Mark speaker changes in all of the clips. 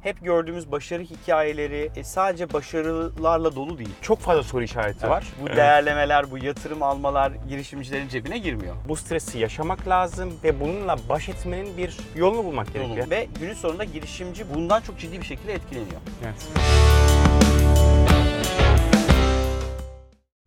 Speaker 1: hep gördüğümüz başarı hikayeleri e, sadece başarılarla dolu değil.
Speaker 2: Çok fazla soru işareti var.
Speaker 1: Bu değerlemeler, bu yatırım almalar girişimcilerin cebine girmiyor.
Speaker 2: Bu stresi yaşamak lazım ve bununla baş etmenin bir yolunu bulmak gerekiyor.
Speaker 1: Ve günün sonunda girişimci bundan çok ciddi bir şekilde etkileniyor.
Speaker 2: Evet.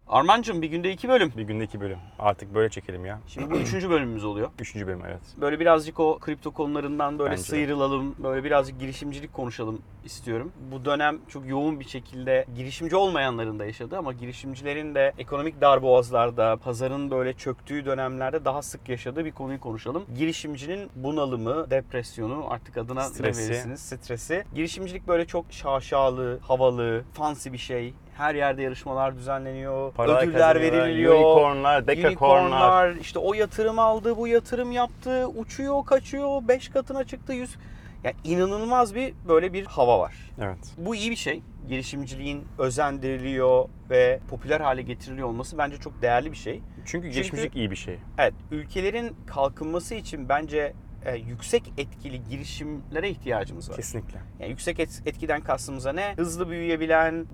Speaker 1: Armancığım bir günde iki bölüm.
Speaker 2: Bir günde iki bölüm. Artık böyle çekelim ya.
Speaker 1: Şimdi bu üçüncü bölümümüz oluyor.
Speaker 2: Üçüncü bölüm evet.
Speaker 1: Böyle birazcık o kripto konularından böyle
Speaker 2: Bence de.
Speaker 1: sıyrılalım, böyle birazcık girişimcilik konuşalım istiyorum. Bu dönem çok yoğun bir şekilde girişimci olmayanların da yaşadığı ama girişimcilerin de ekonomik darboğazlarda, pazarın böyle çöktüğü dönemlerde daha sık yaşadığı bir konuyu konuşalım. Girişimcinin bunalımı, depresyonu artık adına ne
Speaker 2: Stresi.
Speaker 1: verirsiniz? Stresi. Girişimcilik böyle çok şaşalı, havalı, fancy bir şey. Her yerde yarışmalar düzenleniyor, ödüller
Speaker 2: kazanıyorlar,
Speaker 1: veriliyor.
Speaker 2: Unicornlar, dekakornlar.
Speaker 1: Unicornlar, işte o yatırım aldı, bu yatırım yaptı, uçuyor, kaçıyor, 5 katına çıktı, 100. Ya inanılmaz bir böyle bir hava var.
Speaker 2: Evet.
Speaker 1: Bu iyi bir şey. Girişimciliğin özendiriliyor ve popüler hale getiriliyor olması bence çok değerli bir şey.
Speaker 2: Çünkü girişimcilik iyi bir şey.
Speaker 1: Evet, ülkelerin kalkınması için bence e, yüksek etkili girişimlere ihtiyacımız var.
Speaker 2: Kesinlikle.
Speaker 1: Yani yüksek et- etkiden kastımıza ne? Hızlı büyüyebilen,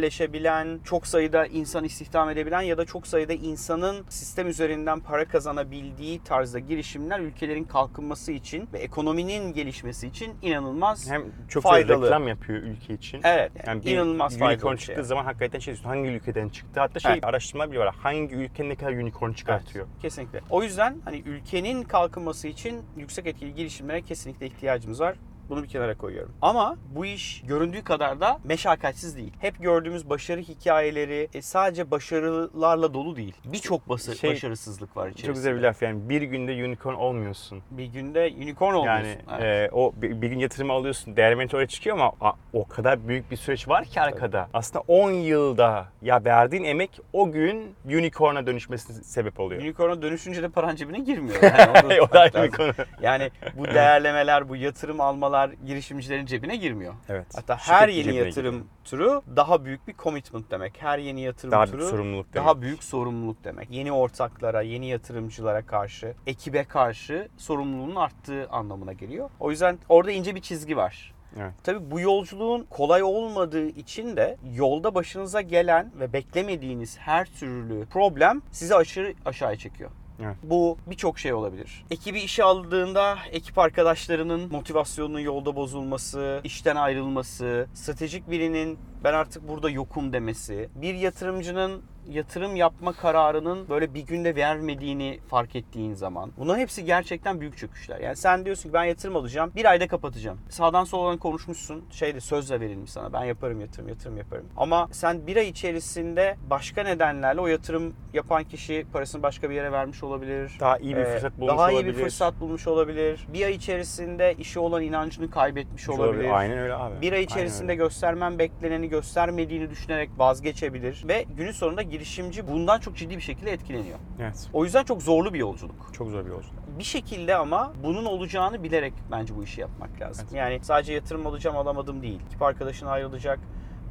Speaker 1: globalleşebilen, çok sayıda insan istihdam edebilen ya da çok sayıda insanın sistem üzerinden para kazanabildiği tarzda girişimler ülkelerin kalkınması için ve ekonominin gelişmesi için inanılmaz.
Speaker 2: Hem çok
Speaker 1: Faydalı.
Speaker 2: faydalı. reklam yapıyor ülke için.
Speaker 1: Evet,
Speaker 2: Yani
Speaker 1: yani
Speaker 2: bir
Speaker 1: inanılmaz
Speaker 2: unicorn
Speaker 1: faydalı bir
Speaker 2: çıktığı
Speaker 1: şey.
Speaker 2: zaman hakikaten şey diyorsun, hangi ülkeden çıktı? Hatta şey
Speaker 1: Evet.
Speaker 2: araştırma bile var. Hangi ülke ne kadar unicorn çıkartıyor?
Speaker 1: Evet, kesinlikle. O yüzden hani ülkenin kalkınması için yüksek etkili girişimlere kesinlikle ihtiyacımız var. Bunu bir kenara koyuyorum. Ama bu iş göründüğü kadar da meşakkatsiz değil. Hep gördüğümüz başarı hikayeleri e, sadece başarılarla dolu değil. Birçok bası-
Speaker 2: Şey-
Speaker 1: başarısızlık var içerisinde.
Speaker 2: Çok güzel bir laf yani bir günde unicorn olmuyorsun.
Speaker 1: Bir günde unicorn olmuyorsun.
Speaker 2: Yani
Speaker 1: Evet.
Speaker 2: e, o bir, bir gün yatırım alıyorsun, değerlemeni oraya çıkıyor ama a- o kadar büyük bir süreç var ki arkada. Aslında 10 yılda ya verdiğin emek o gün unicorn'a dönüşmesine sebep oluyor.
Speaker 1: Unicorn'a dönüşünce de paran cebine girmiyor. Yani onu da
Speaker 2: o da
Speaker 1: tutmak
Speaker 2: ayrı bir
Speaker 1: lazım.
Speaker 2: konu.
Speaker 1: Yani bu değerlemeler, bu yatırım almalar girişimcilerin cebine girmiyor.
Speaker 2: Evet.
Speaker 1: Hatta
Speaker 2: Şirket
Speaker 1: her yeni
Speaker 2: cebine
Speaker 1: yatırım
Speaker 2: gidiyor.
Speaker 1: türü daha büyük bir commitment demek. Her yeni yatırım
Speaker 2: daha
Speaker 1: türü
Speaker 2: büyük sorumluluk demek.
Speaker 1: daha büyük sorumluluk demek. Yeni ortaklara, yeni yatırımcılara karşı, ekibe karşı sorumluluğun arttığı anlamına geliyor. O yüzden orada ince bir çizgi var.
Speaker 2: Evet.
Speaker 1: Tabii bu yolculuğun kolay olmadığı için de yolda başınıza gelen ve beklemediğiniz her türlü problem sizi aşırı aşağıya çekiyor.
Speaker 2: Evet.
Speaker 1: Bu birçok şey olabilir. Ekibi işe aldığında ekip arkadaşlarının motivasyonunun yolda bozulması, işten ayrılması, stratejik birinin ben artık burada yokum demesi, bir yatırımcının yatırım yapma kararının böyle bir günde vermediğini fark ettiğin zaman. Bunların hepsi gerçekten büyük çöküşler. Yani sen diyorsun ki ben yatırım alacağım, bir ayda kapatacağım. Sağdan soldan konuşmuşsun, şey şeyde sözle verilmiş sana ben yaparım yatırım, yatırım yaparım. Ama sen bir ay içerisinde başka nedenlerle o yatırım yapan kişi parasını başka bir yere vermiş olabilir.
Speaker 2: Daha iyi bir
Speaker 1: Ee,
Speaker 2: fırsat bulmuş
Speaker 1: daha iyi
Speaker 2: olabilir.
Speaker 1: bir fırsat bulmuş olabilir. Bir ay içerisinde işe olan inancını kaybetmiş
Speaker 2: Olabilir.
Speaker 1: olabilir.
Speaker 2: Aynen öyle abi.
Speaker 1: Bir ay
Speaker 2: Aynen
Speaker 1: içerisinde
Speaker 2: öyle.
Speaker 1: göstermen bekleneni göstermediğini düşünerek vazgeçebilir ve günün sonunda girişimci bundan çok ciddi bir şekilde etkileniyor.
Speaker 2: Evet.
Speaker 1: O yüzden çok zorlu bir yolculuk.
Speaker 2: Çok zor bir yolculuk.
Speaker 1: Bir şekilde ama bunun olacağını bilerek bence bu işi yapmak lazım.
Speaker 2: Evet.
Speaker 1: Yani sadece yatırım alacağım alamadım değil. Ekip arkadaşın ayrılacak,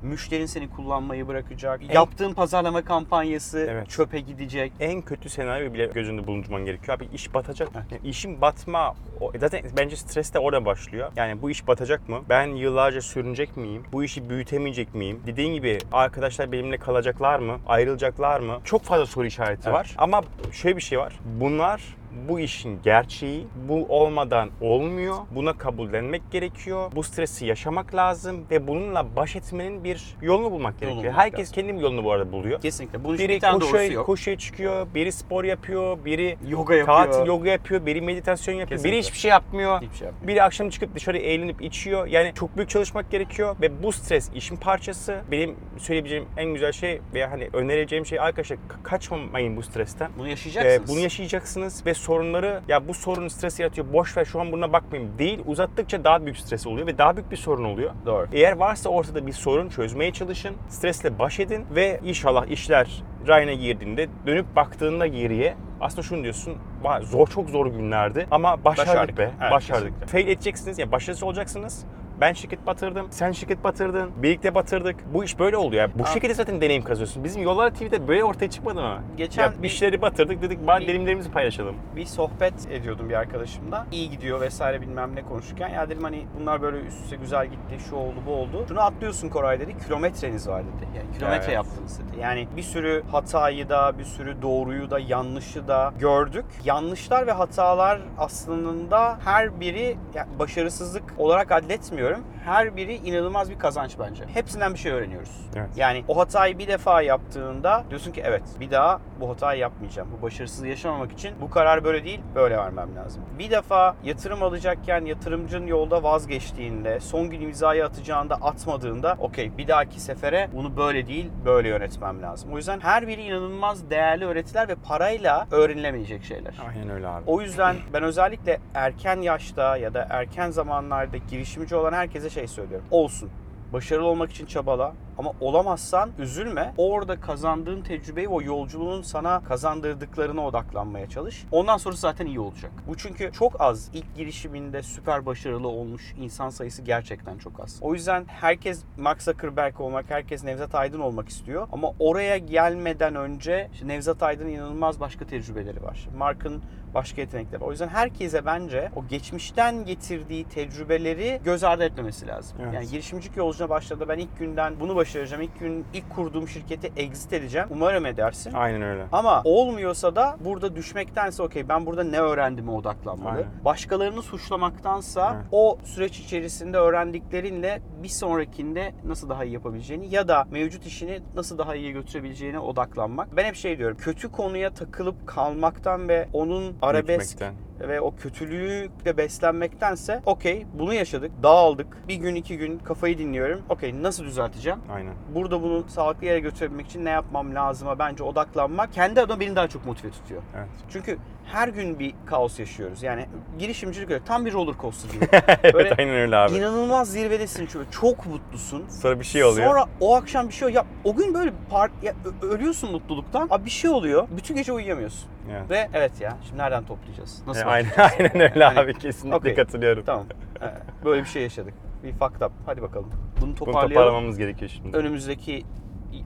Speaker 1: müşterin seni kullanmayı bırakacak, yaptığın pazarlama kampanyası
Speaker 2: E- Evet.
Speaker 1: çöpe gidecek.
Speaker 2: En kötü senaryo bile göz önünde bulundurman gerekiyor. Abi iş batacak. Yani işin batma o- zaten bence stres de orada başlıyor. Yani bu iş batacak mı? Ben yıllarca sürünecek miyim? Bu işi büyütemeyecek miyim? Dediğin gibi arkadaşlar benimle kalacaklar mı? Ayrılacaklar mı? Çok fazla soru işareti
Speaker 1: Evet.
Speaker 2: var. Ama şöyle bir şey var. Bunlar bu işin gerçeği. Bu olmadan olmuyor. Buna kabullenmek gerekiyor. Bu stresi yaşamak lazım ve bununla baş etmenin bir yolunu bulmak gerekiyor.
Speaker 1: bulmak
Speaker 2: Herkes kendi yolunu bu arada buluyor.
Speaker 1: Kesinlikle. Bunun için
Speaker 2: Biri
Speaker 1: bir tane doğrusu
Speaker 2: koşuya,
Speaker 1: yok.
Speaker 2: koşuya çıkıyor, biri spor yapıyor, biri
Speaker 1: yoga yapıyor.
Speaker 2: tatil yoga yapıyor, biri meditasyon yapıyor,
Speaker 1: Kesinlikle.
Speaker 2: biri hiçbir şey yapmıyor.
Speaker 1: Hiçbir şey yapmıyor.
Speaker 2: Biri akşam çıkıp dışarı eğlenip içiyor. Yani çok büyük çalışmak gerekiyor ve bu stres işin parçası. Benim söyleyebileceğim en güzel şey veya hani önereceğim şey arkadaşlar ka- kaçmamayın bu stresten.
Speaker 1: Bunu
Speaker 2: Ee,
Speaker 1: yaşayacaksınız.
Speaker 2: bunu yaşayacaksınız ve sorunları ya bu sorun stres yaratıyor boş ver şu an buna bakmayayım değil uzattıkça daha büyük stres oluyor ve daha büyük bir sorun oluyor.
Speaker 1: Doğru.
Speaker 2: Eğer varsa ortada bir sorun çözmeye çalışın, stresle baş edin ve inşallah işler rayına girdiğinde dönüp baktığında geriye aslında şunu diyorsun "Vay, zor çok zor günlerdi ama başardık,
Speaker 1: Başardık.
Speaker 2: be
Speaker 1: Evet,
Speaker 2: başardık.
Speaker 1: kesinlikle.
Speaker 2: Fail edeceksiniz yani başarısız olacaksınız Ben şirket batırdım. Sen şirket batırdın. Birlikte batırdık. Bu iş böyle oluyor. ya. Bu
Speaker 1: Abi-
Speaker 2: şekilde zaten deneyim kazıyorsun. Bizim Yollar TV'de böyle ortaya çıkmadı mı?
Speaker 1: Geçen
Speaker 2: ya,
Speaker 1: bir-
Speaker 2: bir şeyleri batırdık dedik. Bari
Speaker 1: bir-
Speaker 2: deneyimlerimizi paylaşalım.
Speaker 1: bir sohbet ediyordum bir arkadaşımla. İyi gidiyor vesaire bilmem ne konuşurken. Ya dedim hani bunlar böyle üst üste güzel gitti, şu oldu bu oldu. Şunu atlıyorsun Koray dedi, kilometreniz var dedi. Yani kilometre
Speaker 2: Evet.
Speaker 1: yaptınız dedi. Yani bir sürü hatayı da, bir sürü doğruyu da, yanlışı da gördük. Yanlışlar ve hatalar aslında her biri yani başarısızlık olarak adletmiyorum. Her biri inanılmaz bir kazanç bence. Hepsinden bir şey öğreniyoruz.
Speaker 2: Evet.
Speaker 1: Yani o hatayı bir defa yaptığında diyorsun ki evet bir daha bu hatayı yapmayacağım. Bu başarısızlığı yaşamamak için bu karar böyle değil böyle vermem lazım. Bir defa yatırım alacakken yatırımcın yolda vazgeçtiğinde son gün imzayı atacağında atmadığında okey bir dahaki sefere bunu böyle değil böyle yönetmem lazım. O yüzden her biri inanılmaz değerli öğretiler ve parayla öğrenilemeyecek şeyler.
Speaker 2: Aynen öyle abi.
Speaker 1: O yüzden ben özellikle erken yaşta ya da erken zamanlarda girişimci olan herkese şey söylüyorum. Olsun. Başarılı olmak için çabala ama olamazsan üzülme. Orada kazandığın tecrübeyi o yolculuğun sana kazandırdıklarına odaklanmaya çalış. Ondan sonra zaten iyi olacak. Bu çünkü çok az ilk girişiminde süper başarılı olmuş insan sayısı gerçekten çok az. O yüzden herkes Mark Zuckerberg olmak, herkes Nevzat Aydın olmak istiyor ama oraya gelmeden önce işte Nevzat Aydın'ın inanılmaz başka tecrübeleri var. Mark'ın başka yetenekleri. O yüzden herkese bence o geçmişten getirdiği tecrübeleri göz ardı etmemesi lazım.
Speaker 2: Evet.
Speaker 1: Yani girişimcilik yolculuğuna başladı. Ben ilk günden bunu başaracağım. İlk gün ilk kurduğum şirketi exit edeceğim. Umarım edersin.
Speaker 2: Aynen öyle.
Speaker 1: Ama olmuyorsa da burada düşmektense okey ben burada ne öğrendime odaklanmalı.
Speaker 2: Aynen.
Speaker 1: Başkalarını suçlamaktansa
Speaker 2: Evet.
Speaker 1: o süreç içerisinde öğrendiklerinle bir sonrakinde nasıl daha iyi yapabileceğini ya da mevcut işini nasıl daha iyiye götürebileceğine odaklanmak. Ben hep şey diyorum kötü konuya takılıp kalmaktan ve onun arabesk
Speaker 2: Büyütmekten.
Speaker 1: ve o kötülükle beslenmektense okey bunu yaşadık dağıldık bir gün iki gün kafayı dinliyorum okey nasıl düzelteceğim
Speaker 2: Aynen.
Speaker 1: burada bunu sağlıklı yere götürebilmek için ne yapmam lazıma bence odaklanmak kendi adıma beni daha çok motive tutuyor.
Speaker 2: Evet.
Speaker 1: Çünkü her gün bir kaos yaşıyoruz. Yani girişimcilik öyle tam bir roller coaster gibi. Böyle
Speaker 2: evet aynen öyle abi.
Speaker 1: İnanılmaz zirvedesin çünkü çok mutlusun.
Speaker 2: Sonra bir şey oluyor.
Speaker 1: Sonra o akşam bir şey ya o gün böyle part ya, ö- ölüyorsun mutluluktan. Abi bir şey oluyor. Bütün gece uyuyamıyorsun.
Speaker 2: Evet.
Speaker 1: Ve evet ya şimdi nereden toplayacağız? Nasıl?
Speaker 2: E,
Speaker 1: başlayacağız?
Speaker 2: aynen, aynen öyle
Speaker 1: Yani-
Speaker 2: abi kesinlikle
Speaker 1: Okey.
Speaker 2: katılıyorum.
Speaker 1: Tamam. Ee, Böyle bir şey yaşadık. Bir fucked up. Hadi bakalım. Bunu
Speaker 2: Bunu
Speaker 1: toparlayalım.
Speaker 2: toparlamamız gerekiyor şimdi.
Speaker 1: önümüzdeki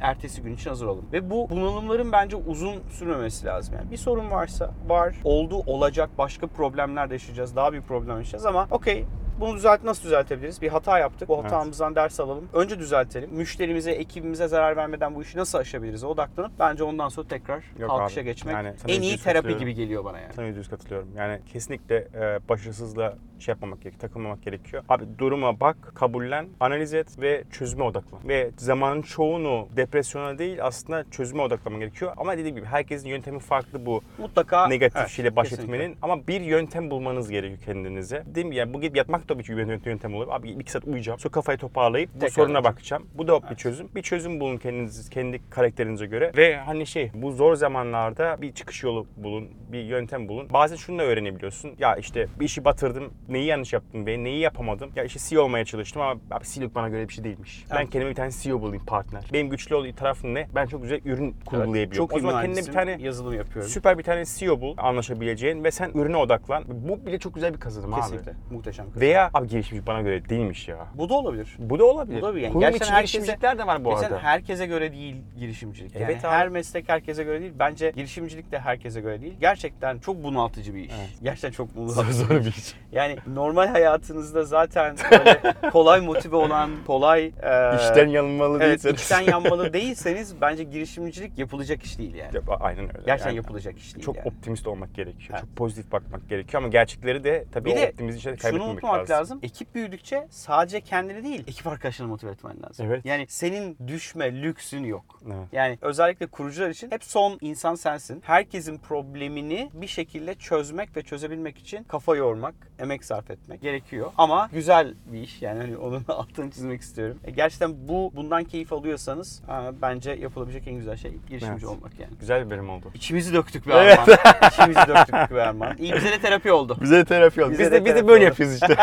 Speaker 1: ertesi gün için hazır olun. Ve bu bunalımların bence uzun sürmemesi lazım. Yani bir sorun varsa var, oldu, olacak, başka problemler de yaşayacağız, daha büyük problem yaşayacağız ama okey bunu düzelt nasıl düzeltebiliriz? Bir hata yaptık. Bu
Speaker 2: Evet.
Speaker 1: hatamızdan ders alalım. Önce düzeltelim. Müşterimize, ekibimize zarar vermeden bu işi nasıl aşabiliriz odaklanıp bence ondan sonra tekrar
Speaker 2: Yok
Speaker 1: kalkışa
Speaker 2: abi.
Speaker 1: geçmek
Speaker 2: Yani sana
Speaker 1: en iyi
Speaker 2: yüzde yüz
Speaker 1: terapi
Speaker 2: katılıyorum.
Speaker 1: gibi geliyor bana yani.
Speaker 2: Sana yüzde yüz katılıyorum. Yani kesinlikle e, başarısızla şey yapmamak gerek, takılmamak gerekiyor. Abi duruma bak, kabullen, analiz et ve çözüme odaklan. Ve zamanın çoğunu depresyona değil aslında çözüme odaklanman gerekiyor. Ama dediğim gibi herkesin yöntemi farklı bu
Speaker 1: Mutlaka
Speaker 2: negatif
Speaker 1: evet,
Speaker 2: şeyle baş
Speaker 1: kesinlikle.
Speaker 2: etmenin. Ama bir yöntem bulmanız gerekiyor kendinize. Dediğim gibi yani bu gibi yatmak da bir yöntem, yöntem olur. Abi iki saat uyuyacağım. Sonra kafayı toparlayıp bu
Speaker 1: Tekrar
Speaker 2: soruna
Speaker 1: edeceğim.
Speaker 2: bakacağım. Bu da bir çözüm. Bir çözüm bulun kendiniz, kendi karakterinize göre. Ve hani şey bu zor zamanlarda bir çıkış yolu bulun. Bir yöntem bulun. Bazen şunu da öğrenebiliyorsun. Ya işte bir işi batırdım. Neyi yanlış yaptım ve neyi yapamadım. Ya işte CEO olmaya çalıştım ama abi CEO'luk bana göre bir şey değilmiş. Ben
Speaker 1: Evet.
Speaker 2: kendime bir tane CEO bulayım partner. Benim güçlü olduğu tarafım ne? Ben çok güzel ürün
Speaker 1: Evet,
Speaker 2: kurgulayabiliyorum.
Speaker 1: Çok
Speaker 2: o
Speaker 1: iyi
Speaker 2: zaman kendine
Speaker 1: mühendisim,
Speaker 2: bir tane
Speaker 1: yazılım yapıyorum.
Speaker 2: Süper bir tane CEO bul anlaşabileceğin ve sen ürüne odaklan. Bu bile çok güzel bir kazanım
Speaker 1: Kesinlikle.
Speaker 2: abi.
Speaker 1: Muhteşem. kız.
Speaker 2: Veya abi girişimci bana göre değilmiş ya.
Speaker 1: Bu da olabilir.
Speaker 2: Bu da olabilir.
Speaker 1: Bu da bir- yani
Speaker 2: Bunun
Speaker 1: gerçekten
Speaker 2: için
Speaker 1: herkese-
Speaker 2: girişimcilikler de var bu
Speaker 1: Mesela
Speaker 2: arada.
Speaker 1: herkese göre değil girişimcilik. Yani
Speaker 2: Evet abi.
Speaker 1: her meslek herkese göre değil. Bence girişimcilik de herkese göre değil. Gerçekten çok bunaltıcı bir iş.
Speaker 2: Evet.
Speaker 1: Gerçekten çok
Speaker 2: Zor,
Speaker 1: bunaltıcı.
Speaker 2: zor bir iş.
Speaker 1: yani normal hayatınızda zaten böyle kolay motive olan, kolay e,
Speaker 2: İşten yanılmalı
Speaker 1: evet,
Speaker 2: değilseniz.
Speaker 1: içten yanmalı değilseniz bence girişimcilik yapılacak iş değil yani.
Speaker 2: Ya, Aynen öyle.
Speaker 1: Gerçekten
Speaker 2: Yani
Speaker 1: yapılacak iş değil
Speaker 2: Çok
Speaker 1: yani.
Speaker 2: optimist olmak gerekiyor.
Speaker 1: Evet.
Speaker 2: Çok pozitif bakmak gerekiyor ama gerçekleri de tabii
Speaker 1: Bir
Speaker 2: o
Speaker 1: de
Speaker 2: optimizm içinde
Speaker 1: Şunu
Speaker 2: kaybetmemek
Speaker 1: unutmamak lazım.
Speaker 2: lazım.
Speaker 1: Ekip büyüdükçe sadece kendini değil, ekip arkadaşlarını motive etmen lazım.
Speaker 2: Evet.
Speaker 1: Yani senin düşme lüksün yok.
Speaker 2: Evet.
Speaker 1: Yani özellikle kurucular için hep son insan sensin. Herkesin problemini bir şekilde çözmek ve çözebilmek için kafa yormak, emek sarf etmek gerekiyor. Ama güzel bir iş yani hani onun altını çizmek istiyorum. E, gerçekten bu bundan keyif alıyorsanız ha, bence yapılabilecek en güzel şey girişimci
Speaker 2: Evet.
Speaker 1: olmak yani.
Speaker 2: Güzel bir bölüm oldu.
Speaker 1: İçimizi döktük be
Speaker 2: Evet.
Speaker 1: Erman. İçimizi döktük be Erman. İyi bize de terapi oldu.
Speaker 2: Bize de terapi oldu.
Speaker 1: Bize de
Speaker 2: Biz de, biz de
Speaker 1: terapi
Speaker 2: böyle
Speaker 1: oldu.
Speaker 2: yapıyoruz işte.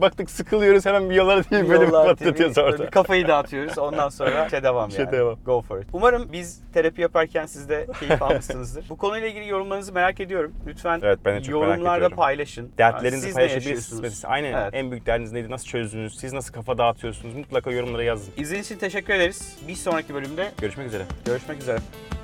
Speaker 2: Baktık sıkılıyoruz hemen bir yalara değil böyle bir
Speaker 1: Yollar TV,
Speaker 2: patlatıyoruz
Speaker 1: böyle
Speaker 2: orada.
Speaker 1: bir kafayı dağıtıyoruz. Ondan sonra şey devam
Speaker 2: İşe
Speaker 1: yani.
Speaker 2: devam.
Speaker 1: Go for it. Umarım biz terapi yaparken siz de keyif almışsınızdır. Bu konuyla ilgili yorumlarınızı merak ediyorum. Lütfen
Speaker 2: Evet, ben de çok merak
Speaker 1: yorumlarda
Speaker 2: ediyorum.
Speaker 1: paylaşın. Aynen.
Speaker 2: Dertlerinizi
Speaker 1: Siz ne
Speaker 2: paylaşabilirsiniz.
Speaker 1: yaşıyorsunuz?
Speaker 2: Aynen.
Speaker 1: Evet.
Speaker 2: En büyük derdiniz neydi? Nasıl çözdünüz? Siz nasıl kafa dağıtıyorsunuz? Mutlaka yorumlara yazın.
Speaker 1: İzlediğiniz için teşekkür ederiz. Bir sonraki bölümde
Speaker 2: Görüşmek üzere.
Speaker 1: görüşmek üzere.